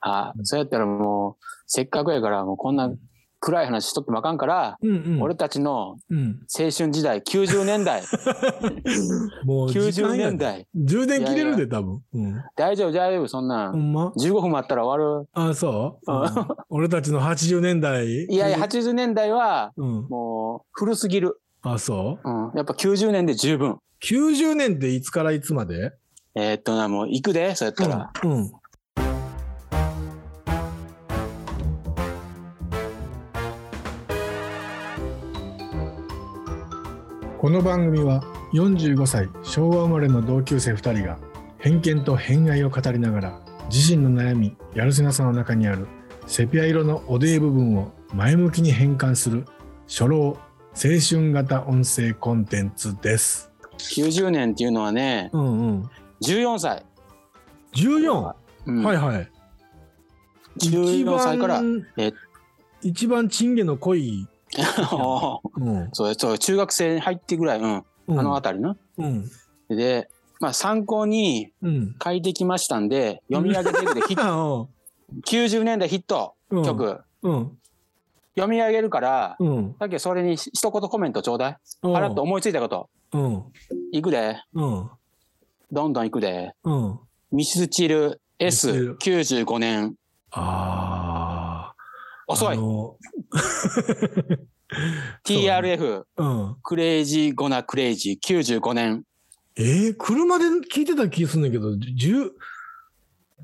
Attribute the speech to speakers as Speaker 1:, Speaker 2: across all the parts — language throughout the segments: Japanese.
Speaker 1: あそうやったらもう、せっかくやから、もうこんな暗い話しとってもあかんから、
Speaker 2: うんうん。
Speaker 1: 俺たちの
Speaker 2: うん。
Speaker 1: 青春時代、90年代、
Speaker 2: もう時
Speaker 1: 90
Speaker 2: 間や
Speaker 1: 年。代、
Speaker 2: 充電切れる
Speaker 1: い
Speaker 2: で、多分。うん。
Speaker 1: 大丈夫、大丈夫、そんな
Speaker 2: ほ
Speaker 1: ん。
Speaker 2: んま
Speaker 1: 15分待ったら終わる。
Speaker 2: あ、そう、
Speaker 1: うん
Speaker 2: うん俺たちの80年代。
Speaker 1: いやいや、80年代は、
Speaker 2: うん。
Speaker 1: もう、古すぎる。
Speaker 2: あ、そう
Speaker 1: うん。やっぱ90年で十分。
Speaker 2: ?90 年っていつからいつまで
Speaker 1: えーっとな、もう行くで、そうやったら。
Speaker 2: うん。うん
Speaker 3: この番組は45歳昭和生まれの同級生2人が偏見と偏愛を語りながら自身の悩みやるせなさの中にあるセピア色のおでい部分を前向きに変換する初老青春型音声コンテンツです。
Speaker 1: 90年っていうのはね、
Speaker 2: うんうん。
Speaker 1: 14歳。
Speaker 2: 14? は
Speaker 1: うん
Speaker 2: いはい。
Speaker 1: 14歳から。え
Speaker 2: え一番チンゲの濃い。うん。
Speaker 1: そうそう、中学生に入ってぐらい、うん。
Speaker 2: うん
Speaker 1: あの辺りな。
Speaker 2: うん。
Speaker 1: で、まあ、参考に
Speaker 2: うん。
Speaker 1: 書いてきましたんで、読み上げていくで、ヒ ッ
Speaker 2: ああ
Speaker 1: 90年代ヒット
Speaker 2: うん
Speaker 1: 曲、
Speaker 2: うん。
Speaker 1: 読み上げるから、
Speaker 2: うん。
Speaker 1: さっきそれに一言コメントちょうだい。パラッと思いついたこと。
Speaker 2: うん。
Speaker 1: いくで、
Speaker 2: うん。
Speaker 1: どんどんいくで。
Speaker 2: うん。
Speaker 1: ミスチル
Speaker 2: ミスチル
Speaker 1: S95 年。
Speaker 2: ああ。
Speaker 1: 遅
Speaker 2: あ
Speaker 1: い。
Speaker 2: の
Speaker 1: TRF、
Speaker 2: うん。
Speaker 1: クレイジーゴナクレイジー95年。
Speaker 2: えー、車で聞いてた気すんねんけど、10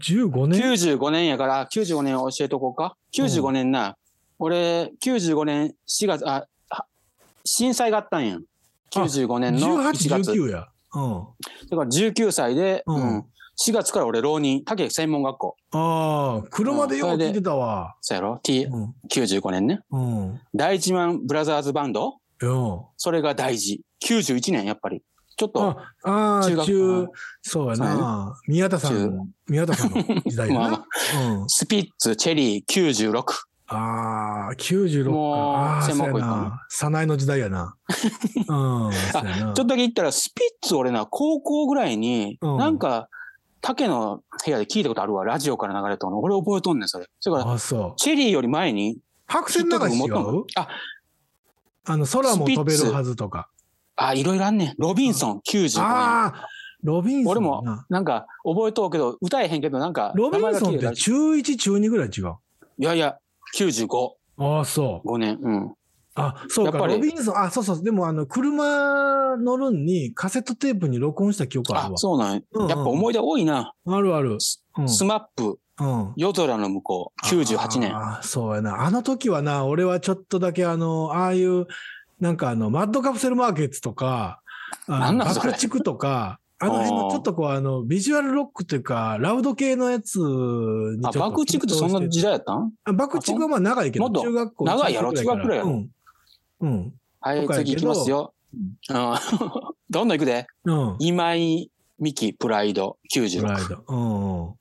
Speaker 2: 15年
Speaker 1: 95年やから、95年教えとこうか。95年な。俺、95年4月、あ、は震災があったんやん。95年の1月。
Speaker 2: 18、19や。うん。
Speaker 1: だから19歳で、
Speaker 2: う
Speaker 1: うんん4月から俺浪人、竹専門学校。
Speaker 2: ああ、車でよう聞いてたわ。
Speaker 1: そうやろ
Speaker 2: うん。
Speaker 1: ?T95 年ね。
Speaker 2: うん。うん。
Speaker 1: 第一マンブラザーズバンドそれが大事。91年、やっぱり。ちょっと、
Speaker 2: あ、あー
Speaker 1: 中学
Speaker 2: 中
Speaker 1: うん、
Speaker 2: そうや
Speaker 1: そうや
Speaker 2: な。宮田さん、宮田さんの時代 や
Speaker 1: まあま
Speaker 2: な。うん。
Speaker 1: スピッツ、チェリー96。
Speaker 2: ああ、96
Speaker 1: もう
Speaker 2: か。ああ、
Speaker 1: 専
Speaker 2: そう
Speaker 1: 門校行
Speaker 2: や
Speaker 1: ったの
Speaker 2: な。早苗の時代や な。うん。そうやな
Speaker 1: ちょっとだけ言ったら、スピッツ俺な、高校ぐらいに、
Speaker 2: うん
Speaker 1: なんか、竹の部屋で聞いたことあるわ。ラジオから流れたの。俺覚えとんねん、それ。それから、
Speaker 2: あそう。
Speaker 1: チェリーより前に、
Speaker 2: 白線流し違
Speaker 1: ヒット曲も
Speaker 2: う
Speaker 1: っともあ、
Speaker 2: あの、空も飛べるはずとか。
Speaker 1: あ、いろいろあんねん。ロビンソン95年。
Speaker 2: ああ、ロビンソン。
Speaker 1: 俺も。なんか、覚えとうけど、歌えへんけど、なんか、
Speaker 2: ロビ
Speaker 1: 名前
Speaker 2: ン
Speaker 1: が
Speaker 2: ソ
Speaker 1: 聞
Speaker 2: ン
Speaker 1: い
Speaker 2: ったて
Speaker 1: らしい
Speaker 2: 中1、中2ぐらい違う。
Speaker 1: いやいや、95、
Speaker 2: ああ、そう。
Speaker 1: 5年。うん。
Speaker 2: あ、そう
Speaker 1: や
Speaker 2: か、
Speaker 1: っぱり
Speaker 2: ロビンソン、あ、そうそう、でもあの、車乗るんにカセットテープに録音した記憶あ
Speaker 1: あ
Speaker 2: る、わ。
Speaker 1: そうなんや。
Speaker 2: うんうん
Speaker 1: やっぱ思い出多いな。
Speaker 2: あるある。うん。
Speaker 1: スマップ、
Speaker 2: うん、
Speaker 1: 夜空の向こう、98年。
Speaker 2: あーそうやな。あの時はな、俺はちょっとだけあの、ああいう、なんかあの、マッドカプセルマーケットとか、あ
Speaker 1: なん
Speaker 2: の
Speaker 1: なんそれ
Speaker 2: 爆竹とか、あの辺のちょっとこう、あの、ビジュアルロックというか、ラウド系のやつにちょ
Speaker 1: あ、
Speaker 2: っと
Speaker 1: 爆竹ってそんな時代やったん
Speaker 2: あ爆竹はまあ長いけ
Speaker 1: も
Speaker 2: ど、
Speaker 1: っと
Speaker 2: 中学校
Speaker 1: 長いやろ
Speaker 2: 中学
Speaker 1: 中学ぐらいやろ
Speaker 2: うん。うん。
Speaker 1: は
Speaker 2: と
Speaker 1: い、
Speaker 2: かやけ
Speaker 1: 次
Speaker 2: ど
Speaker 1: 行きますよ。うんどん どん行くで。
Speaker 2: うん。
Speaker 1: 今井美樹、プライド、
Speaker 2: プライ
Speaker 1: 96。
Speaker 2: ド。うんうん。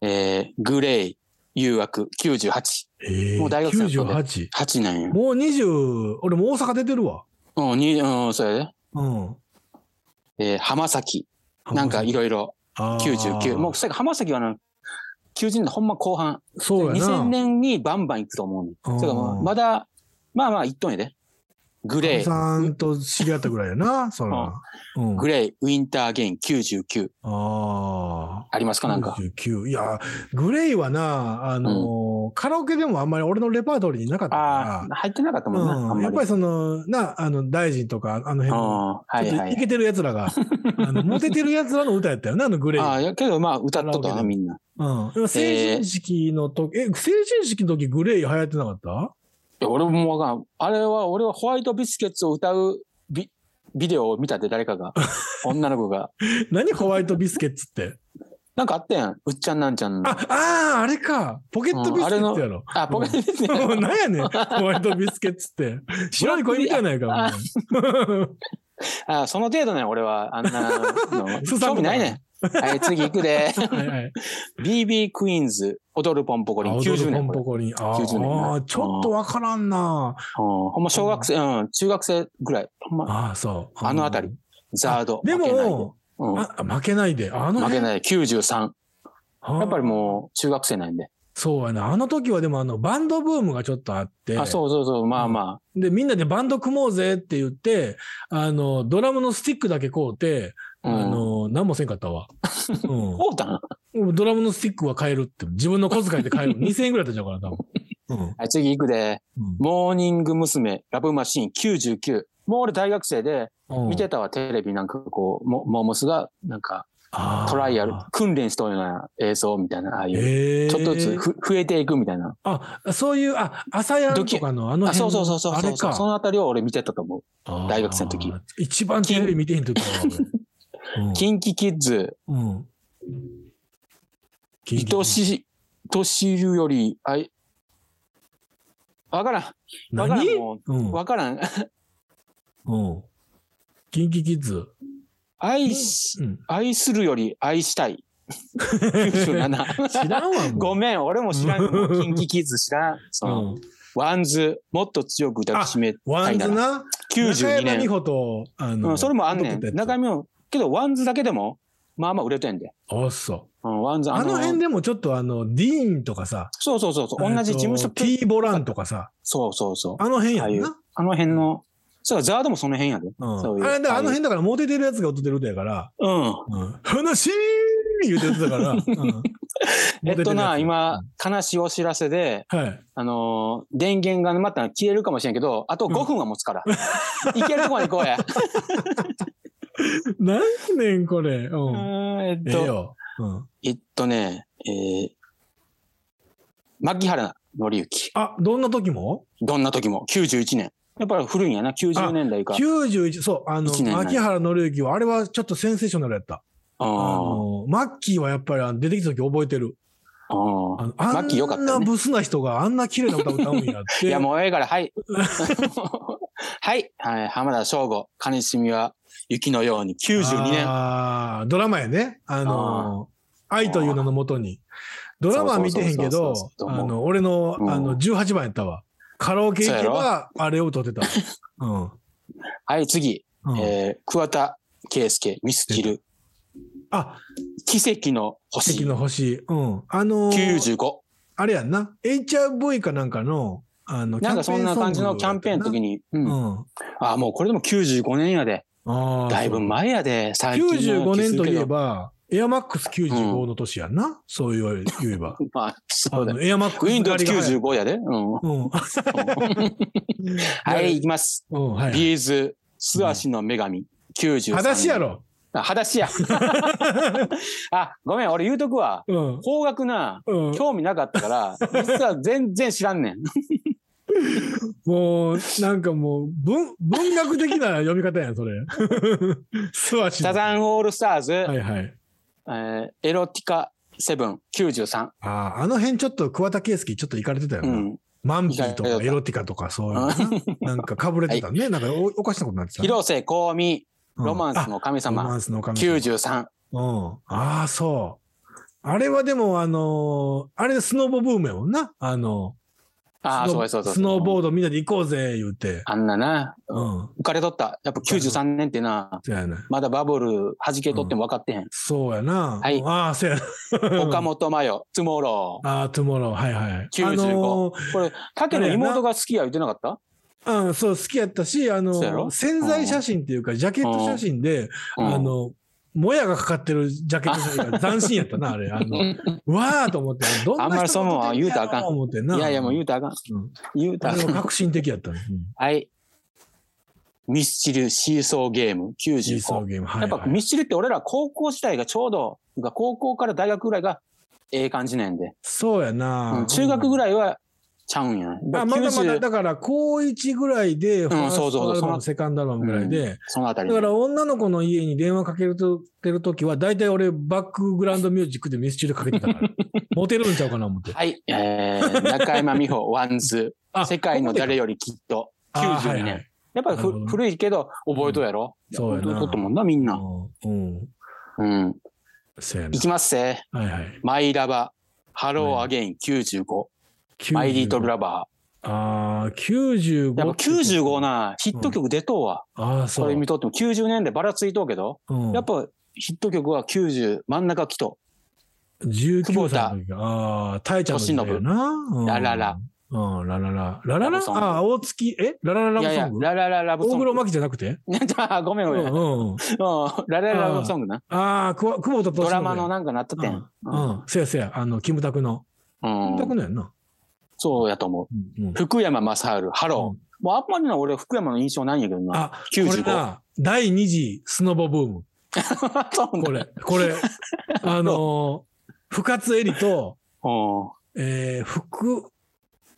Speaker 1: えー、グレイ、誘惑、98。
Speaker 2: ええ
Speaker 1: もう大学生の頃
Speaker 2: 98。
Speaker 1: 8年や。
Speaker 2: もう20、俺もう大阪出てるわ。
Speaker 1: うん、に、うん、それで。
Speaker 2: うん。
Speaker 1: えー、浜崎。なんかいろいろ。
Speaker 2: あー
Speaker 1: 99。もう、それから浜崎はな、90年代ほんま後半。
Speaker 2: そうやな。
Speaker 1: 2000年にバンバン行くと思うねん。
Speaker 2: うん
Speaker 1: それからもうまだ、まあまあ行っとんやで。グレイ、
Speaker 2: さんと知り合ったぐらいやな、そら。うん。
Speaker 1: グレイ、ウィンターゲイン99。
Speaker 2: あ
Speaker 1: あります
Speaker 2: あ。
Speaker 1: かなんか。
Speaker 2: 99。いや、グレイはな、あのーカラオケでもあんまり俺のレパートリーになかった
Speaker 1: あ
Speaker 2: か
Speaker 1: あ、入ってなかった
Speaker 2: ら。
Speaker 1: もんな、あ
Speaker 2: うんん。
Speaker 1: ま
Speaker 2: やっ
Speaker 1: り。
Speaker 2: ぱりその、な、あの、大臣とか、あの
Speaker 1: う
Speaker 2: 辺
Speaker 1: ん
Speaker 2: の、
Speaker 1: はい
Speaker 2: ち
Speaker 1: はい
Speaker 2: ょっとイ
Speaker 1: はい。
Speaker 2: ケてる奴 らが、あの、モテてる奴らの歌やったよな、あのグレイ。
Speaker 1: ああ、いやけどまあ歌っとった
Speaker 2: カラオケ
Speaker 1: な、
Speaker 2: で
Speaker 1: みんな。
Speaker 2: うん。でも成人式の時、え、成人式の時グレイ流行ってなかった
Speaker 1: いや、俺もわからん。あれは、俺はホワイトビスケッツを歌うビビデオを見たって誰か が、女の子が。
Speaker 2: 何ホワイトビスケッツって。
Speaker 1: なんかあったやん。うっちゃんなんちゃんの。
Speaker 2: あ、あーあれか。ポケットビスケッツやろ。
Speaker 1: あ、ポケットビスケッツ。
Speaker 2: なんやねん、ホワイトビスケッツって。白い恋みたいなんやから。
Speaker 1: あ、その程度ね、俺は。あんな の
Speaker 2: スーさん
Speaker 1: 興味ないねん。はい、次行く で。
Speaker 2: もうはいはい。
Speaker 1: BB クイーンズ、踊るポンポコリン、
Speaker 2: 青
Speaker 1: 90
Speaker 2: ポ
Speaker 1: 年
Speaker 2: ン
Speaker 1: これ。
Speaker 2: ポ
Speaker 1: うん
Speaker 2: コリン。あ
Speaker 1: 90年
Speaker 2: ーあー、ちょっとわからんな。
Speaker 1: ほんま小学生、うん、中学生ぐらい。ほんま、
Speaker 2: ああ、そう。
Speaker 1: あのあたり。ザード。
Speaker 2: で
Speaker 1: 負けない
Speaker 2: も、
Speaker 1: うん
Speaker 2: あ負けないで。あの
Speaker 1: 負け
Speaker 2: い。
Speaker 1: ない。93。
Speaker 2: や
Speaker 1: やっぱりもう中学生なんで。
Speaker 2: そうやな。あの時はでもあのバンドブームがちょっとあって。
Speaker 1: あ、そうそうそう、まあま
Speaker 2: で、みんなでバンド組もうぜって言って、あの、ドラムのスティックだけ買うて、
Speaker 1: あ。
Speaker 2: あ
Speaker 1: うん。
Speaker 2: の、何もせんかったわ。
Speaker 1: こうたん
Speaker 2: うん。 ドラムのスティックは買えるって、自分の小遣いで買える。2000円ぐらいだったんちゃうかな、多分。
Speaker 1: はい、次行くで。
Speaker 2: うん。
Speaker 1: モーニング娘。ラブマシーン99。もう俺大学生で、
Speaker 2: うん。
Speaker 1: 見てたわ、テレビなんかこう、モモームスが、なんか、トライアル、訓練しとるような映像みたいな、ああいう、
Speaker 2: え
Speaker 1: ちょっとずつふ増えていくみたいな。
Speaker 2: あ、そういう、あ、朝やんとかの、あの
Speaker 1: あ、
Speaker 2: 辺
Speaker 1: そ
Speaker 2: の
Speaker 1: うそうそうそう
Speaker 2: あ
Speaker 1: そ
Speaker 2: れ
Speaker 1: うそ
Speaker 2: か。
Speaker 1: のあたりを俺見てたと思う。
Speaker 2: あー
Speaker 1: 大学生の時。
Speaker 2: 一番テレビ見てへん時だわ俺うん
Speaker 1: キンキキッズ、
Speaker 2: うん。キンキキ
Speaker 1: 愛し、愛しるより、あい、わからん。わからん。
Speaker 2: 何
Speaker 1: も
Speaker 2: う。
Speaker 1: うんわからん。
Speaker 2: うん。キンキキッズ。
Speaker 1: 愛し、
Speaker 2: うん。
Speaker 1: 愛するより愛したい。97。
Speaker 2: 知らんわ、もう。
Speaker 1: ごめん、俺も知らん。もうキンキキッズ知らん。その、
Speaker 2: うん。
Speaker 1: ワンズ、もっと強く抱きしめ
Speaker 2: ワ
Speaker 1: たい
Speaker 2: ン
Speaker 1: な
Speaker 2: ズ
Speaker 1: ら。
Speaker 2: な。
Speaker 1: 92
Speaker 2: 中山美
Speaker 1: 年。
Speaker 2: 穂と、あ
Speaker 1: う
Speaker 2: の、
Speaker 1: ん、それもあんねん。中
Speaker 2: あ
Speaker 1: 身も、けど、ワンズだけでも、まあまあ売れてんで。
Speaker 2: そう。
Speaker 1: うん、ワンズ、
Speaker 2: あの辺
Speaker 1: で。
Speaker 2: でもちょっとあの、ディーンとかさ、
Speaker 1: そうそうそうそう、同じ事務所
Speaker 2: えっと T ボランとかさ、
Speaker 1: そうそうそう。
Speaker 2: あの辺やんな。。
Speaker 1: あの辺の、そうだ、ザードもその辺やで。そううんいう
Speaker 2: あれだからあの
Speaker 1: ああい
Speaker 2: 辺だからモテてるやつが踊ってる歌やから、
Speaker 1: うん。
Speaker 2: うん。話ー言うてる歌 だから、うん
Speaker 1: えっとな、。
Speaker 2: モ
Speaker 1: 今、悲しいお知らせで、
Speaker 2: テてるやつはい。
Speaker 1: あのー電源がまた消えるかもしれんけど、あと5分は持つから。いけるとこまで行こうや。
Speaker 2: 何年これ。う。
Speaker 1: うんんえっ
Speaker 2: ええ
Speaker 1: と、
Speaker 2: よ。うん。
Speaker 1: えっとね、えー、牧原紀之。
Speaker 2: あ、どんな時も
Speaker 1: どんな時も、91年。やっぱり古いんやな、90年代か。
Speaker 2: ?91、そう、あの、
Speaker 1: 一年前
Speaker 2: 牧原紀之は、あれはちょっとセンセーショナルやった。
Speaker 1: あ
Speaker 2: あの、マッキーはやっぱりあの出てきた時覚えてる。
Speaker 1: あー
Speaker 2: あの、
Speaker 1: マ
Speaker 2: あ
Speaker 1: ッキーよかった
Speaker 2: ん
Speaker 1: ね
Speaker 2: なブスな人があんな綺麗な歌歌うんやっ て。
Speaker 1: いや、もうええから、はい。はい。はい。浜田省吾、悲しみは雪のように、92年。
Speaker 2: あードラマやね。あの、愛という名のもとに。ドラマは見てへん
Speaker 1: そ
Speaker 2: け
Speaker 1: う
Speaker 2: ど
Speaker 1: そうそう、そう
Speaker 2: あの、俺の、
Speaker 1: うん
Speaker 2: あの、18番やったわ。カラオケ行けば、あれを歌ってた。うん。
Speaker 1: はい、次。
Speaker 2: うん
Speaker 1: えー、桑田佳祐、ミスキル、
Speaker 2: あ、
Speaker 1: 奇跡の
Speaker 2: 席
Speaker 1: 星、
Speaker 2: の星。うん。あのー
Speaker 1: 95。
Speaker 2: あれやんな。HRV かなんかの、あの、
Speaker 1: なんかそんな感じのキャンペーンの時
Speaker 2: に。
Speaker 1: に。う
Speaker 2: う
Speaker 1: ん。
Speaker 2: ん。
Speaker 1: あ、もうこれでも95年やで。
Speaker 2: ああ。
Speaker 1: だいぶ前やで、最近の
Speaker 2: 95年といえ
Speaker 1: 気づく
Speaker 2: ば、エアマックス95の年やんな。そう言われ言えば。
Speaker 1: けど。まあ、そ
Speaker 2: あ
Speaker 1: うだ
Speaker 2: の
Speaker 1: よ。
Speaker 2: エアマックス狩りが早い
Speaker 1: Windows95 やで。うん。
Speaker 2: うん。
Speaker 1: はい、いきます。
Speaker 2: うん、はい。
Speaker 1: ビーズ、素足の女神、93。
Speaker 2: 裸足や。ろ。
Speaker 1: あ、裸 足や。あ、ごめん、俺言うとくわ。
Speaker 2: うん。
Speaker 1: 高額な、
Speaker 2: うん、
Speaker 1: 興味なかった から、実は全然知らんねん。
Speaker 2: もう、なんかもう、文、文学的な呼び方やん、それ。 素足の。
Speaker 1: サザンオールスターズ、
Speaker 2: はいはい。
Speaker 1: えーエロティカセブン、93。
Speaker 2: ああ、あの辺ちょっと桑田佳祐ちょっと行かれてたよ
Speaker 1: う
Speaker 2: な。
Speaker 1: ん。
Speaker 2: マンピーと
Speaker 1: 意外
Speaker 2: か
Speaker 1: と
Speaker 2: エロティカとかそういうのな。なんかかぶれてたね。なんかおおかしなことになってたね、
Speaker 1: 広瀬香美、
Speaker 2: うん
Speaker 1: ロマンスの神
Speaker 2: あロマ
Speaker 1: 様、
Speaker 2: ンスの神様。
Speaker 1: 93。
Speaker 2: うん。ああ、そう。あれはでも、あのーあれスノボブームやもんな。あの、
Speaker 1: ああ、
Speaker 2: ス
Speaker 1: そう
Speaker 2: ノ
Speaker 1: やそうやそうや。
Speaker 2: スノーボー
Speaker 1: ド。
Speaker 2: ドみんなで行こうぜ、言うて。
Speaker 1: あんなな、
Speaker 2: うん。
Speaker 1: 浮かれとった。やっぱ93年ってな、
Speaker 2: そうやな。
Speaker 1: まだバブル弾けとっても分かってへん。
Speaker 2: そうやな。
Speaker 1: はい
Speaker 2: ああ、そうやな。
Speaker 1: 岡本真代、トゥモロー。
Speaker 2: ああ、トゥモロー、はいはい。
Speaker 1: 95これ、竹の妹が好きや言ってなかった
Speaker 2: あのーうん、そう、好きやったし、あの
Speaker 1: そうやろ
Speaker 2: ー、潜在写真っていうか、ジャケット写真で、
Speaker 1: うん
Speaker 2: あの、もやがかかってるジャケット写 真が斬新やったな、あれ。あの、うわーと思って、どんな人
Speaker 1: あんまりそうも言うたらあかん
Speaker 2: 撮ってんやろ思
Speaker 1: い
Speaker 2: ってな。
Speaker 1: やいや、もう言うたらあか
Speaker 2: うん
Speaker 1: ん。言うたら
Speaker 2: あ
Speaker 1: あ
Speaker 2: れ
Speaker 1: かん
Speaker 2: は革新的やったね。うん
Speaker 1: はい。ミスチルシーソーゲーム
Speaker 2: シーソー
Speaker 1: 95。
Speaker 2: ゲーム。は
Speaker 1: や
Speaker 2: い
Speaker 1: っぱ
Speaker 2: はい
Speaker 1: ミスチルって俺ら高校時代がちょうど、高校から大学ぐらいがええ感じなんで、
Speaker 2: そうやな、
Speaker 1: うん中学ぐらいはちゃうんや。
Speaker 2: あまだまだ、
Speaker 1: 90
Speaker 2: だから、高1ぐらいで、ファース
Speaker 1: そうそうそう
Speaker 2: トアル
Speaker 1: そ
Speaker 2: バ
Speaker 1: の
Speaker 2: ム、セカンドアルバムぐらいで、
Speaker 1: そのあたり
Speaker 2: だ。から女の子の家に電話かけるとてるときは、大体俺、バックグラウンドミュージックでミスチルかけてた から、モテるんちゃうかな思って。
Speaker 1: はい。えー、中山美穂、ワンズ、
Speaker 2: あ
Speaker 1: 世界の誰よりきっと、
Speaker 2: あー
Speaker 1: 92
Speaker 2: はいは
Speaker 1: 年
Speaker 2: い。
Speaker 1: やっぱり
Speaker 2: なるほど
Speaker 1: ふ古いけど、覚えとるやろ
Speaker 2: うんそうやな
Speaker 1: 覚えとったもんな、みんな。
Speaker 2: うん。うん
Speaker 1: うん。
Speaker 2: そうや
Speaker 1: いきますぜ。
Speaker 2: な。はいはい。
Speaker 1: マイラバ、ハローアゲイン95、マイリートルラバー。
Speaker 2: 95ああ、95。
Speaker 1: やっぱ95。なヒット曲出とうわ。
Speaker 2: ああ、そ
Speaker 1: これ
Speaker 2: う
Speaker 1: 見。とっても90年代ばらついとうけど、
Speaker 2: うん
Speaker 1: やっぱヒット曲は90真ん中来と
Speaker 2: 19
Speaker 1: 久保
Speaker 2: 歳
Speaker 1: 田
Speaker 2: の時か。ああ、タイちゃんの時だよな。うん
Speaker 1: ラララ。
Speaker 2: うん、ラララ。ララ
Speaker 1: ラ
Speaker 2: ラ
Speaker 1: ブソング
Speaker 2: ああ、大月、えララララ
Speaker 1: い
Speaker 2: ブ
Speaker 1: やい
Speaker 2: ソ
Speaker 1: や
Speaker 2: ン、グ
Speaker 1: ララララブソ
Speaker 2: 大
Speaker 1: ング。
Speaker 2: 黒摩季じゃなくて
Speaker 1: あごめん
Speaker 2: う
Speaker 1: ご
Speaker 2: ん
Speaker 1: めん。うん
Speaker 2: うん。
Speaker 1: ララララブソングな。
Speaker 2: ああ、くわ久保田敏信
Speaker 1: ドラマのなんかなったってん。
Speaker 2: うんうん。せやせや、あの、キムタクの。キム
Speaker 1: う
Speaker 2: タク
Speaker 1: ん。
Speaker 2: のやんな。
Speaker 1: そうやと思う。
Speaker 2: うんうん
Speaker 1: 福山雅治、ハロー。もうあんまりな俺福山の印象ないんやけどな。
Speaker 2: あ、これ
Speaker 1: 95。
Speaker 2: な、第2次スノボブーム。
Speaker 1: そう
Speaker 2: こ
Speaker 1: ね。
Speaker 2: れ、これ、あのー、深津絵里と、
Speaker 1: うん。
Speaker 2: えー、福、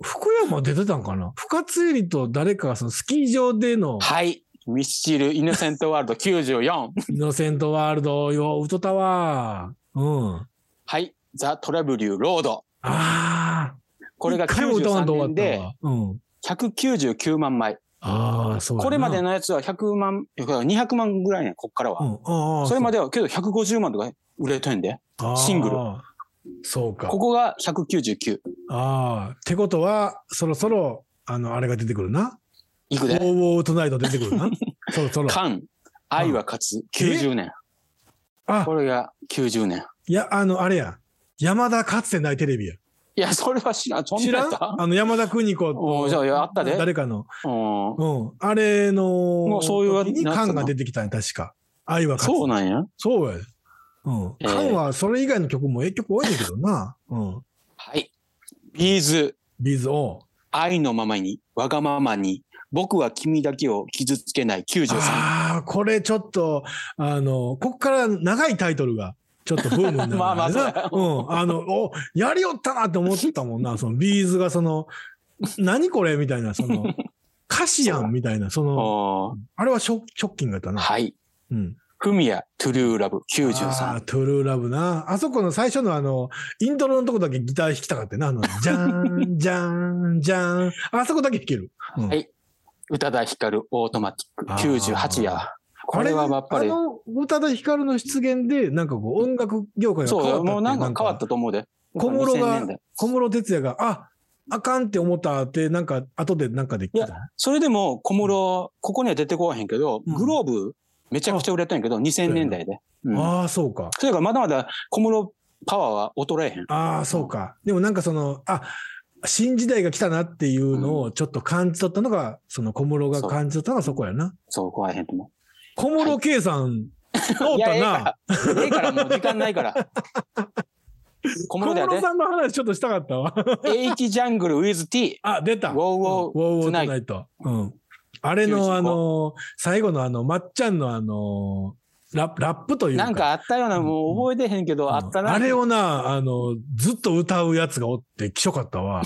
Speaker 2: 福山出てたんかな深津絵里と誰かがそのスキー場での
Speaker 1: はい。ミスチル、イノセントワールド94。
Speaker 2: イノセントワールドよ、ウトタワー。うん。あ
Speaker 1: はい。ザ・トラブリュー・ロード。
Speaker 2: あー。
Speaker 1: これが
Speaker 2: 一回も歌わんと
Speaker 1: 93
Speaker 2: 終わ
Speaker 1: 年
Speaker 2: った
Speaker 1: で
Speaker 2: わ。うん。
Speaker 1: 199万枚。
Speaker 2: ああ、そうやな
Speaker 1: これまで。のやつは100万、いや200万ぐらいね、こっから
Speaker 2: う
Speaker 1: は。
Speaker 2: ん。ああ。
Speaker 1: それま
Speaker 2: で
Speaker 1: ではけど150万とか売れてんで。シングル。
Speaker 2: そうか。
Speaker 1: ここが199。
Speaker 2: ああ。ってことは、そろそろ、あの、あれが出てくるな。
Speaker 1: いく
Speaker 2: ウォー
Speaker 1: で。
Speaker 2: ウォートナイト出てく るな。そろそろ。
Speaker 1: カン、愛は勝つ、90年。
Speaker 2: あ、
Speaker 1: これが90年。
Speaker 2: いや、あの、あれや。山田かつてないテレビや。
Speaker 1: いや、それは知らん。そん
Speaker 2: 知
Speaker 1: なや
Speaker 2: ら
Speaker 1: っ
Speaker 2: ん
Speaker 1: た
Speaker 2: あの、山田邦子
Speaker 1: おーじゃあいやあったで
Speaker 2: 誰かの。
Speaker 1: うん。
Speaker 2: うん。あれの、も
Speaker 1: うそういう
Speaker 2: に
Speaker 1: やつな
Speaker 2: 缶が出てきたんや、確か。愛は勝つ
Speaker 1: そうなんや。
Speaker 2: そうや。うん。
Speaker 1: えー
Speaker 2: 缶はそれ以外の曲もええ曲多いんだけどな。うん。
Speaker 1: はい。ビーズ、
Speaker 2: ビーズを。
Speaker 1: 愛のままに、わがままに、僕は君だけを傷つけない93。
Speaker 2: ああ、これちょっと、あの、こっから長いタイトルが、ちょっとブームにな る、
Speaker 1: まあまあそうや
Speaker 2: うん。あの、お、やりよったなって思ったもんな。そのビーズがその、何これみたいな、その、 歌詞やんみたいな、その、
Speaker 1: おー
Speaker 2: あれはショショッキングやったな。
Speaker 1: はい。
Speaker 2: うん。
Speaker 1: フミヤ、トゥルーラブ
Speaker 2: あー
Speaker 1: 93。
Speaker 2: トゥルーラブな。あそこの最初のあの、イントロのとこだけギター弾きたかったな。あの、じゃー ん、じゃーん、じゃーん。あそこだけ弾ける。うん
Speaker 1: はい宇多田ヒカル、オートマティッ
Speaker 2: あー
Speaker 1: ク98や。これはやっぱり
Speaker 2: あ。の、宇多田ヒカルの出現で、なんかこう、音楽業界が変わった
Speaker 1: そ
Speaker 2: っ
Speaker 1: う、
Speaker 2: て
Speaker 1: もうなんか変わったと思うで。
Speaker 2: 小室
Speaker 1: 2000
Speaker 2: が
Speaker 1: 年代、
Speaker 2: 小室哲也が、あ、あかんって思ったって、なんか、後でなんかで言ってた。
Speaker 1: それでも小室、ここには出てこわへんけど、
Speaker 2: うん
Speaker 1: グローブめちゃくちゃ売れたんやけど、2000年代で。うん
Speaker 2: ああ、そうか。
Speaker 1: それからまだまだ小室パワーは衰えへん。
Speaker 2: ああ、そうか。でもなんかその、あ、新時代が来たなっていうのをちょっと感じ取ったのが、その小室が感じ取ったのがそこやな。
Speaker 1: そう、壊れへんと思
Speaker 2: 小室圭さん、通
Speaker 1: う。
Speaker 2: っ
Speaker 1: いや、
Speaker 2: た
Speaker 1: ええ
Speaker 2: な
Speaker 1: か。ら、ええからもう時間ない から。小室
Speaker 2: 小
Speaker 1: だよ
Speaker 2: 室
Speaker 1: ね。
Speaker 2: さんの話ちょっとしたかったわ。
Speaker 1: H ジャングル with T。
Speaker 2: あ、出た。
Speaker 1: ウォーウォー
Speaker 2: ウォウォー
Speaker 1: Tonight
Speaker 2: トナイト。うん。あれの
Speaker 1: 95
Speaker 2: あの、最後のあの、まっちゃんのあの、ララップというか。
Speaker 1: なんかあったような、もう覚えてへんけ
Speaker 2: う
Speaker 1: ど、
Speaker 2: ん
Speaker 1: あったな。
Speaker 2: あれをな、あの、ずっと歌うやつがおって、きしょかっ たわ。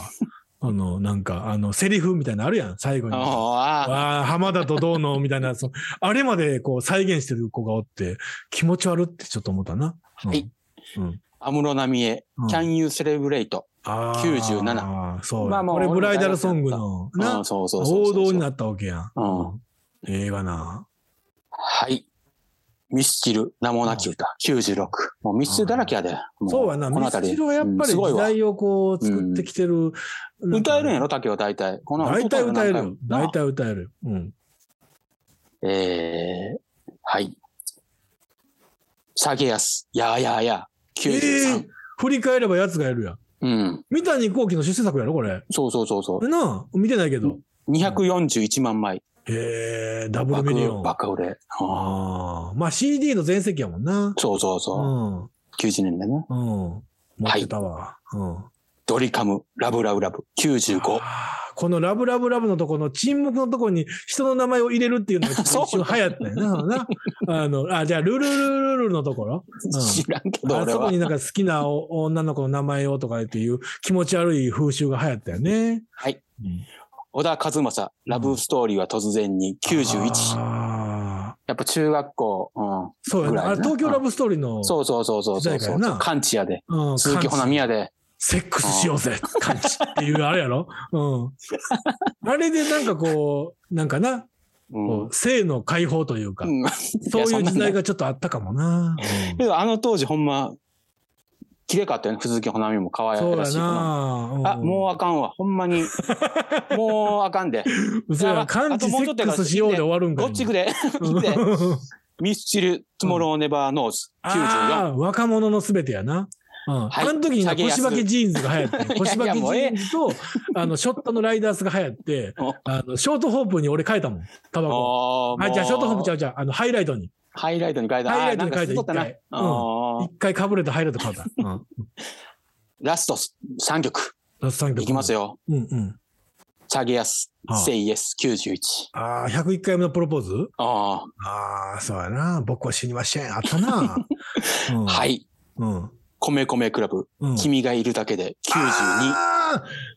Speaker 2: あの、なんか、あの、セリフみたいなのあるやん、最後に。
Speaker 1: ああ。
Speaker 2: わあ、浜田とどうのみたいな、そのあれまでこう再現してる子がおって、気持ち悪ってちょっと思ったな。うん
Speaker 1: はい。安室奈美恵、
Speaker 2: うん
Speaker 1: Can You Celebrate。
Speaker 2: あー
Speaker 1: 97
Speaker 2: そう
Speaker 1: ま
Speaker 2: や。
Speaker 1: あもう
Speaker 2: これブライ
Speaker 1: 俺も大好きだ
Speaker 2: ダル
Speaker 1: った
Speaker 2: ソングの、
Speaker 1: う
Speaker 2: な、
Speaker 1: んそうそうそうそ
Speaker 2: 王
Speaker 1: うそう
Speaker 2: 道になったわけやん
Speaker 1: うん。
Speaker 2: ええわな。
Speaker 1: はい。ミスチル、名もなき歌、96。もうミスチルだらけやで。も
Speaker 2: そうやな。
Speaker 1: この
Speaker 2: ミ
Speaker 1: 辺
Speaker 2: ス
Speaker 1: り
Speaker 2: チルはやっぱ
Speaker 1: うん
Speaker 2: り
Speaker 1: すごい
Speaker 2: 時
Speaker 1: わ。
Speaker 2: 代をこう作ってきてる。なんか
Speaker 1: 歌えるんやろ、竹は大体。この
Speaker 2: 大体歌えるよ。
Speaker 1: な
Speaker 2: 大体歌えるよ。うん。
Speaker 1: えー、はい。下げやす。やーやーやー。93。
Speaker 2: ええ振り返れば奴がいるやん。
Speaker 1: うん。
Speaker 2: 三谷幸喜の出世作やろ、これ。
Speaker 1: そうそうそうそ
Speaker 2: なあ、見てないけど。
Speaker 1: う。241万枚。
Speaker 2: ええダブル
Speaker 1: 爆
Speaker 2: ミリオン。
Speaker 1: バカ売れ。あー
Speaker 2: ああ、まあ CD の全席やもんな。
Speaker 1: そうそう
Speaker 2: う
Speaker 1: そう。
Speaker 2: ん。うん。
Speaker 1: 90年代ね。
Speaker 2: 持ってたわ。うん。
Speaker 1: ドリカム、ラブラブラブ。95。
Speaker 2: あーこのラブラブラブのとこの沈黙のとこに人の名前を入れるっていうのが
Speaker 1: そう
Speaker 2: 一瞬流行ったよな。なあの、あ、じゃあ、ルルルルルルのところ。うん
Speaker 1: 知らんけど、
Speaker 2: あ
Speaker 1: 俺
Speaker 2: そ
Speaker 1: は
Speaker 2: こに。なんか好きなお女の子の名前をとかっていう気持ち悪い風習が流行ったよね。
Speaker 1: はい
Speaker 2: うん。
Speaker 1: 小田和正、ラブストーリーは突然に。91。
Speaker 2: ああ。
Speaker 1: やっぱ中学校。うん。
Speaker 2: そうや
Speaker 1: ぐら
Speaker 2: な。
Speaker 1: いな
Speaker 2: あれ東京ラブストーリーの、
Speaker 1: そうそうそうそうそう
Speaker 2: 時代
Speaker 1: そ
Speaker 2: か
Speaker 1: う
Speaker 2: らな
Speaker 1: カンチやで。
Speaker 2: うん、
Speaker 1: 鈴木ほなみやで。
Speaker 2: セックスしようぜ、感じっ ていうあれやろ。うん。あれでなんかこう、なんかな、
Speaker 1: うん。う
Speaker 2: こう性の解放というか、
Speaker 1: ん
Speaker 2: そ ういう時代
Speaker 1: が。
Speaker 2: がちょっとあったかもな。
Speaker 1: けどあの当時ほんま、綺麗かったよね。鈴木ほなみも可愛
Speaker 2: そう
Speaker 1: ら
Speaker 2: や
Speaker 1: しいから。
Speaker 2: な。
Speaker 1: あ、もうあかんわ。ほんま に。もうあかんで。
Speaker 2: うん、そうや、
Speaker 1: あとも
Speaker 2: 感
Speaker 1: う
Speaker 2: 知セ
Speaker 1: ちょっとや
Speaker 2: ッ
Speaker 1: から
Speaker 2: クスしようで終わるんか
Speaker 1: ど
Speaker 2: い
Speaker 1: っちくで。
Speaker 2: うん
Speaker 1: でミスチル、トゥモローネバーノーズ、
Speaker 2: あ
Speaker 1: 94。
Speaker 2: あ、若者のすべてやな。うん
Speaker 1: はい
Speaker 2: あの時にな
Speaker 1: 下げやす
Speaker 2: 腰
Speaker 1: い
Speaker 2: ばけジーンズが流行って、腰ばけジ
Speaker 1: もうええ
Speaker 2: ーンズと、あの、ショットのライダースが流行って
Speaker 1: お、
Speaker 2: あの、ショートホープに俺変えたもん、タバコ。
Speaker 1: あー
Speaker 2: あ、じゃあショートホープちゃ
Speaker 1: もう
Speaker 2: うちゃう、あの、ハイライトに。
Speaker 1: ハイライトに変えた。
Speaker 2: ハイライ
Speaker 1: あー
Speaker 2: トに変えた
Speaker 1: なんか吸っとったな
Speaker 2: 一回
Speaker 1: あー
Speaker 2: 一回被れたハイライト変えた。うん。
Speaker 1: ラスト3曲
Speaker 2: ラスト3曲。
Speaker 1: いきます。よ。
Speaker 2: うんうん。
Speaker 1: チャゲヤス
Speaker 2: あ、あ
Speaker 1: Say Yes91。
Speaker 2: ああ、101回目のプロポーズ
Speaker 1: あ
Speaker 2: ああ、そうやな。僕は死にません。あっ たな。うん
Speaker 1: あ、はい。
Speaker 2: うん。
Speaker 1: 米米クラブ、
Speaker 2: うん。
Speaker 1: 君がいるだけで92。
Speaker 2: あー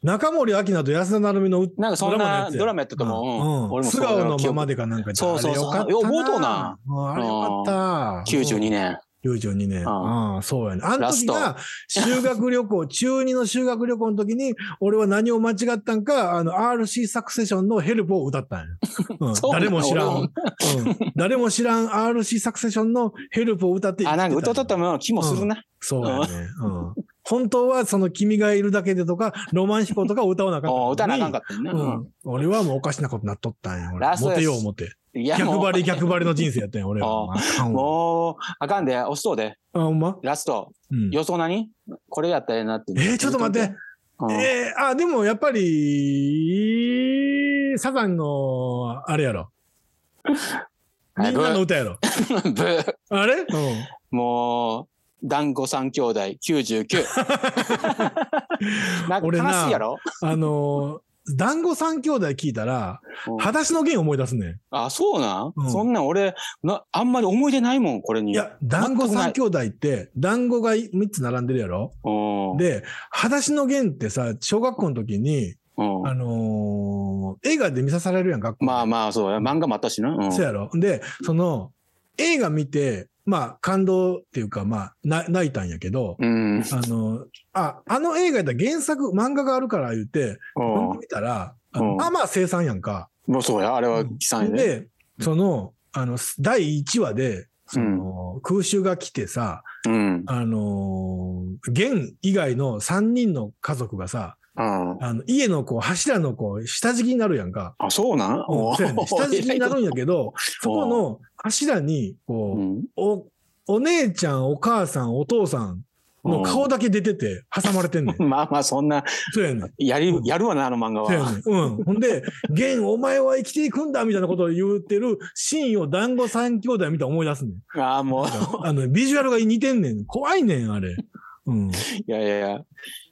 Speaker 2: 中森明菜と安田成美の
Speaker 1: なんかそんなドラ
Speaker 2: マ
Speaker 1: マやったと
Speaker 2: うん
Speaker 1: 思う。うん
Speaker 2: うん
Speaker 1: 俺も
Speaker 2: 素
Speaker 1: そう
Speaker 2: 顔のまま
Speaker 1: で。
Speaker 2: でかなんか
Speaker 1: そうそうそう
Speaker 2: あれよかった
Speaker 1: よう覚えとうな。
Speaker 2: うんあれよかった。
Speaker 1: 92年。
Speaker 2: 92年。
Speaker 1: ん
Speaker 2: ああ、そうやね。あの
Speaker 1: ラス
Speaker 2: 時
Speaker 1: ト
Speaker 2: が修学旅行、中2の修学旅行の時に、俺は何を間違ったんか、あの、RC サクセションのヘルプを 歌ったんや。うん
Speaker 1: そうなの
Speaker 2: 誰も知らん、
Speaker 1: 俺
Speaker 2: う
Speaker 1: も
Speaker 2: ん誰も知らん RC サクセションのヘルプを歌って
Speaker 1: あ、なんか歌っとったもの気もするな。
Speaker 2: そうやね。うん。本当はその君がいるだけでとか、ロマン飛行とかを歌わなあかったの
Speaker 1: お
Speaker 2: に。
Speaker 1: 歌なあかんかったよな。
Speaker 2: うん。俺はもうおかしなことなっとったんや。俺
Speaker 1: ラスト
Speaker 2: モ
Speaker 1: です
Speaker 2: テよう思て。
Speaker 1: いや、
Speaker 2: 逆
Speaker 1: も
Speaker 2: 張
Speaker 1: う、
Speaker 2: り逆張りの人生やったんや、俺は。
Speaker 1: ああ
Speaker 2: もうあか
Speaker 1: もう、
Speaker 2: んわ。
Speaker 1: あかんで、押しそうで。
Speaker 2: あ、ほんま
Speaker 1: ラスト、
Speaker 2: うん。
Speaker 1: 予想何これやったらええなって。
Speaker 2: えー、ちょっと待って。
Speaker 1: うん。
Speaker 2: えー、あ、でもやっぱり、サザンの、あれやろ。みんなの歌やろ。
Speaker 1: ブー
Speaker 2: あれうん。
Speaker 1: もう、団子三兄弟99。なん
Speaker 2: 俺な
Speaker 1: か悲しいやろ
Speaker 2: あのー、団子三兄弟聞いたら、
Speaker 1: うん
Speaker 2: 裸足の弦思い出すねん。
Speaker 1: あ、そうなん、
Speaker 2: うん
Speaker 1: そんなん俺な、あんまり思い出ないもん、これに。
Speaker 2: いや、団子
Speaker 1: 全くない
Speaker 2: 三兄弟って、団子が3つ並んでるやろ
Speaker 1: うん。
Speaker 2: で、裸足の弦ってさ、小学校の時に、
Speaker 1: うん
Speaker 2: あのー映画で見さされるやん、学校。
Speaker 1: まあまあ、そうや。漫画もあったしな。うん。
Speaker 2: そうやろ。で、その、映画見て、まあ、感動っていうか、まあ、な泣いたんやけど、
Speaker 1: うん。 うん
Speaker 2: あの、あ、あの映画やったら原作、漫画があるから言って、読んでみたら、あの
Speaker 1: うん
Speaker 2: まあまあ生産やんか。
Speaker 1: もうそうや。あれは悲惨やね。
Speaker 2: で、その、あの、第1話で、その、空襲が来てさ、
Speaker 1: うん。
Speaker 2: あのー、現以外の3人の家族がさ、
Speaker 1: うん。
Speaker 2: あの家のこう柱のこう下敷きになるやんか。
Speaker 1: あ、そうなん
Speaker 2: うんそうや ね下敷きになるんやけど、そこの柱に、
Speaker 1: う
Speaker 2: こ
Speaker 1: ん
Speaker 2: う、お、お姉ちゃん、お母さん、お父さんの顔だけ出てて、挟まれて んねん。
Speaker 1: まあまあ、そんな、
Speaker 2: そうやねん。
Speaker 1: やり
Speaker 2: うん、
Speaker 1: やるわな、あの漫画
Speaker 2: そうや
Speaker 1: は。
Speaker 2: ねん。うん。ほんで、現お前は生きていくんだみたいなことを言ってるシーンを団子三兄弟見たら思い出すねん。
Speaker 1: ああ、もう、
Speaker 2: あの、ビジュアルが似てんねん。怖いねん、あれ。うん。
Speaker 1: いやいやいや、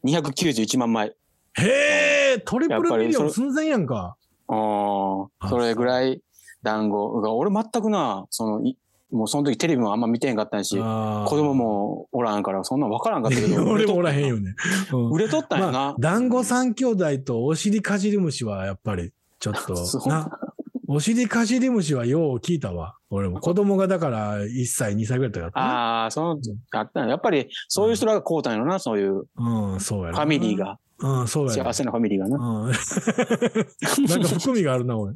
Speaker 1: 291万枚。
Speaker 2: へえ、トリプ
Speaker 1: やっ
Speaker 2: ル
Speaker 1: ぱ
Speaker 2: ミ
Speaker 1: り
Speaker 2: リ
Speaker 1: そ
Speaker 2: オン
Speaker 1: れ
Speaker 2: 寸前やんか。
Speaker 1: あ
Speaker 2: あ
Speaker 1: ーそれぐらい団子が、俺全くな、その、いもうその時テレビもあんま見てへんかったんやし、
Speaker 2: 子
Speaker 1: 子供。もおらんから、そんなん分からんかったけど。
Speaker 2: 俺もおらへんよね。うん
Speaker 1: 売れとったんや
Speaker 2: ま
Speaker 1: な
Speaker 2: あ。、団子三兄弟とお尻かじり虫はやっぱり、ちょっ
Speaker 1: そ
Speaker 2: と、
Speaker 1: う
Speaker 2: な。お尻かじり虫はよう聞いたわ。俺も子供がだから1歳、2歳ぐらいだったからね。
Speaker 1: ああ、その、あったんややっぱり、そういう人らがこうたんやろな、そういう
Speaker 2: うん、そうや
Speaker 1: フ
Speaker 2: な
Speaker 1: ァミリー。が、
Speaker 2: うん、そうやな
Speaker 1: 幸せなファミリーが
Speaker 2: う
Speaker 1: な。
Speaker 2: ん。なんか含みがあるな、俺。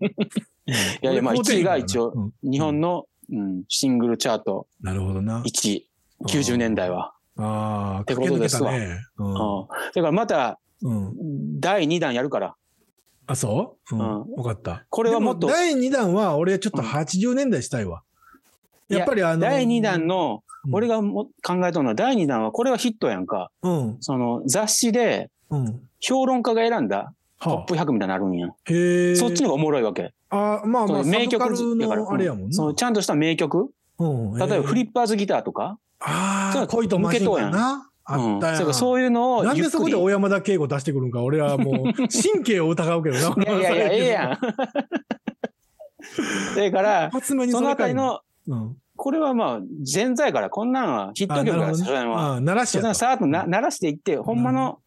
Speaker 2: い
Speaker 1: やいやまあ一位が一応。
Speaker 2: うん
Speaker 1: 日本の、うん、シングルチャート
Speaker 2: なるほどな。
Speaker 1: 1位、90年代は。
Speaker 2: ああ、
Speaker 1: てことですわ
Speaker 2: 駆け抜けた
Speaker 1: う
Speaker 2: ね
Speaker 1: ん。だからまた、
Speaker 2: うん。うん。
Speaker 1: 第2弾やるから。
Speaker 2: あ、そううん。
Speaker 1: うん
Speaker 2: わかった。
Speaker 1: これはもっと
Speaker 2: で第2弾は、俺ちょっと
Speaker 1: うん
Speaker 2: 80年代したいわ。
Speaker 1: いや
Speaker 2: やっぱりあの。
Speaker 1: 第2弾の、
Speaker 2: うん
Speaker 1: 俺がも考えたのは、第2弾は、これはヒットやんか。
Speaker 2: うん。
Speaker 1: その、雑誌で、
Speaker 2: うん。
Speaker 1: 評論家が選んだトッ
Speaker 2: は
Speaker 1: プ100みたいなのあるんやん。
Speaker 2: あ、へえ。
Speaker 1: そっちの方がおもろいわけ。
Speaker 2: あまあ
Speaker 1: そ
Speaker 2: まあ、
Speaker 1: の名曲
Speaker 2: サブカル
Speaker 1: やから
Speaker 2: のあれやもん
Speaker 1: そのちゃんとした名曲
Speaker 2: な。
Speaker 1: 例えばフリ
Speaker 2: ップ。
Speaker 1: ッパーズギターとか、
Speaker 2: あ
Speaker 1: そ
Speaker 2: あ、
Speaker 1: う
Speaker 2: 恋とマシンガンな。
Speaker 1: う
Speaker 2: あ
Speaker 1: ん
Speaker 2: っ
Speaker 1: そ
Speaker 2: た
Speaker 1: う
Speaker 2: や
Speaker 1: か
Speaker 2: ん。
Speaker 1: そういうのを
Speaker 2: なん
Speaker 1: ゆ
Speaker 2: で
Speaker 1: っ
Speaker 2: そ
Speaker 1: く
Speaker 2: こ
Speaker 1: り
Speaker 2: で小山田圭吾出してくるんか、俺 はもう神経を疑うけどな。
Speaker 1: いやいやいや、ええやん。 だから
Speaker 2: 一、 発目に
Speaker 1: そのあた
Speaker 2: 回
Speaker 1: り
Speaker 2: な、
Speaker 1: の、
Speaker 2: うん、
Speaker 1: これはまあ、前在から、こんなんはヒット曲
Speaker 2: あな
Speaker 1: が
Speaker 2: るほ
Speaker 1: さ
Speaker 2: ど
Speaker 1: すがに
Speaker 2: ね
Speaker 1: は。
Speaker 2: ああ、鳴らし
Speaker 1: そ
Speaker 2: ち
Speaker 1: んな
Speaker 2: ゃっ
Speaker 1: ん
Speaker 2: た。
Speaker 1: さーっとな鳴らしていって、ほんまの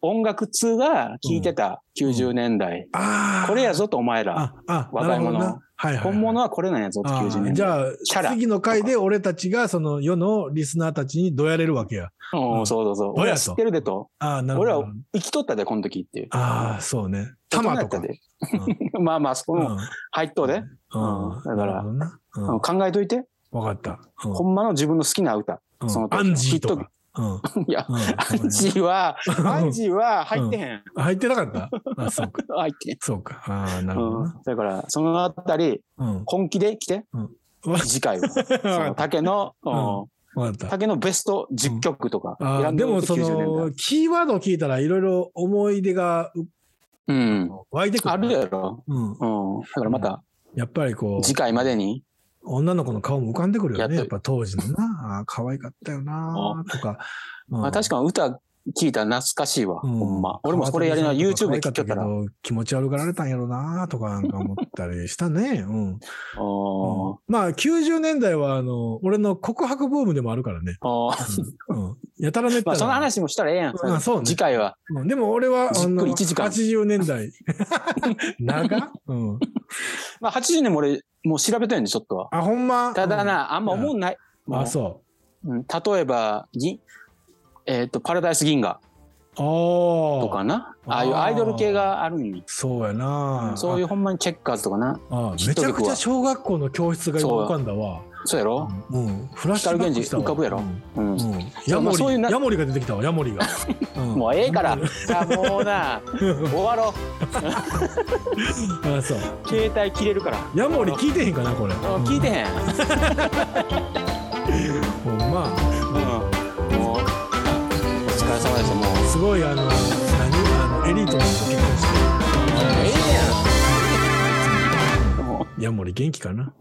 Speaker 1: 音楽通が聴いてた90年代。
Speaker 2: ああ。
Speaker 1: これやぞと、お前ら。
Speaker 2: あ、あ、
Speaker 1: 若い者
Speaker 2: なるほどなはいはいはい。
Speaker 1: 本物はこれなんやぞと、
Speaker 2: あ
Speaker 1: 90
Speaker 2: ー
Speaker 1: 年
Speaker 2: じ
Speaker 1: 代。
Speaker 2: ゃ
Speaker 1: キャ
Speaker 2: あ、
Speaker 1: ラ
Speaker 2: 次の回で俺たちがその世のリスナーたちにどやれるわけや。
Speaker 1: うん、そうそうそう。
Speaker 2: どう
Speaker 1: 俺
Speaker 2: や
Speaker 1: は
Speaker 2: と
Speaker 1: 知ってるでと。
Speaker 2: ああ、なるほ
Speaker 1: 俺
Speaker 2: ど
Speaker 1: は。生きとったで、この時っていう。
Speaker 2: ああ、そうね。玉と
Speaker 1: 大
Speaker 2: か。
Speaker 1: 人やっ
Speaker 2: うん
Speaker 1: たで まあまあ、そこ
Speaker 2: うん
Speaker 1: も入っとうで。
Speaker 2: うん
Speaker 1: だから
Speaker 2: なるほどなう
Speaker 1: うん
Speaker 2: ん
Speaker 1: 考えといて。
Speaker 2: わかった。うん
Speaker 1: ほんまの自分の好きな歌。
Speaker 2: うん
Speaker 1: その
Speaker 2: アンジー
Speaker 1: ヒ
Speaker 2: とか。うん
Speaker 1: いや、
Speaker 2: うん
Speaker 1: アンジーは、アンジーは入ってへん。
Speaker 2: 入ってなかったあ、そうか。
Speaker 1: 入ってへん。
Speaker 2: そうか。ああ、なるほど
Speaker 1: う
Speaker 2: な。
Speaker 1: ん、だから、そのあたり、
Speaker 2: うん。
Speaker 1: 本気で来て
Speaker 2: うん、
Speaker 1: 次回は。
Speaker 2: わ
Speaker 1: そ
Speaker 2: か
Speaker 1: の
Speaker 2: った
Speaker 1: 竹の、うん
Speaker 2: わかった。
Speaker 1: 竹のベスト10曲とか。
Speaker 2: あ
Speaker 1: 選
Speaker 2: ー
Speaker 1: んで
Speaker 2: で
Speaker 1: も
Speaker 2: も
Speaker 1: らって
Speaker 2: その、キーワードを聞いたらいろいろ思い出がう
Speaker 1: 90年代。うん。
Speaker 2: 湧いてく
Speaker 1: あ
Speaker 2: るね、
Speaker 1: るやろ。
Speaker 2: う
Speaker 1: う
Speaker 2: ん。
Speaker 1: ん。だからまた
Speaker 2: やっぱりこ
Speaker 1: 次
Speaker 2: う、
Speaker 1: 回までに。
Speaker 2: 女の子の顔も浮かんでくるよね。
Speaker 1: や
Speaker 2: や
Speaker 1: っ
Speaker 2: っ
Speaker 1: と
Speaker 2: ぱ当時のな、あー可愛かったよな、とか。うん
Speaker 1: まあ確かに歌聞いたら懐かしいわ。
Speaker 2: うん
Speaker 1: ほんま。俺もこれやりながら YouTube で聴きよったら。
Speaker 2: 可
Speaker 1: あ
Speaker 2: 愛かけど気持ち悪がられたんやろなとかなんか思ったりしたね。うん。
Speaker 1: ー
Speaker 2: まあ90年代はあの、俺の告白ブームでもあ るからね。
Speaker 1: あー。
Speaker 2: うん。うんやたらめった
Speaker 1: まあ
Speaker 2: ら。
Speaker 1: その話もしたらええやん。
Speaker 2: うんそうね
Speaker 1: 次回は。
Speaker 2: うんでも俺は、
Speaker 1: じっ
Speaker 2: あ
Speaker 1: く
Speaker 2: の
Speaker 1: り一時間
Speaker 2: 80年 代。長っうん。
Speaker 1: まあ80年も俺、もう調べてんねちょっとは。
Speaker 2: あ、ほんま。
Speaker 1: ただな、あんま思んない。
Speaker 2: うん。
Speaker 1: もう
Speaker 2: あ、そ
Speaker 1: う
Speaker 2: う。
Speaker 1: ん例えば、ぎえっと、パラダイス銀河
Speaker 2: ああ。
Speaker 1: と
Speaker 2: と
Speaker 1: かな。ああ
Speaker 2: あー
Speaker 1: いうアイドル系があるんよ
Speaker 2: そうやな。
Speaker 1: そういうほんまにチェッカーズとかな。
Speaker 2: ああ
Speaker 1: ヒッ
Speaker 2: め
Speaker 1: ト
Speaker 2: ちゃく
Speaker 1: 曲
Speaker 2: ち
Speaker 1: は
Speaker 2: ゃ小学校の教室が今
Speaker 1: そう
Speaker 2: 浮かんだわ。
Speaker 1: そうやろ
Speaker 2: うん。フラッシュバックした
Speaker 1: 光源氏浮
Speaker 2: わ
Speaker 1: かぶやろ
Speaker 2: うん
Speaker 1: うん。
Speaker 2: うん
Speaker 1: や
Speaker 2: ヤ
Speaker 1: まあ
Speaker 2: モ
Speaker 1: そういう
Speaker 2: リ、
Speaker 1: な
Speaker 2: ヤモリが出てきたわ、ヤ モリが。うん
Speaker 1: もうええから。さあもう な、終わろ
Speaker 2: あ、そう。
Speaker 1: う。携帯切れるから。
Speaker 2: ヤモリ聞いてへんかな、これ。
Speaker 1: うん聞いてへん。
Speaker 2: ほん
Speaker 1: う
Speaker 2: ま
Speaker 1: ん。もう、お疲れ様でした。もう。
Speaker 2: すごい、あの、何、あの、エリートの人と結婚して。
Speaker 1: ええやん。
Speaker 2: ヤモリ元気かな。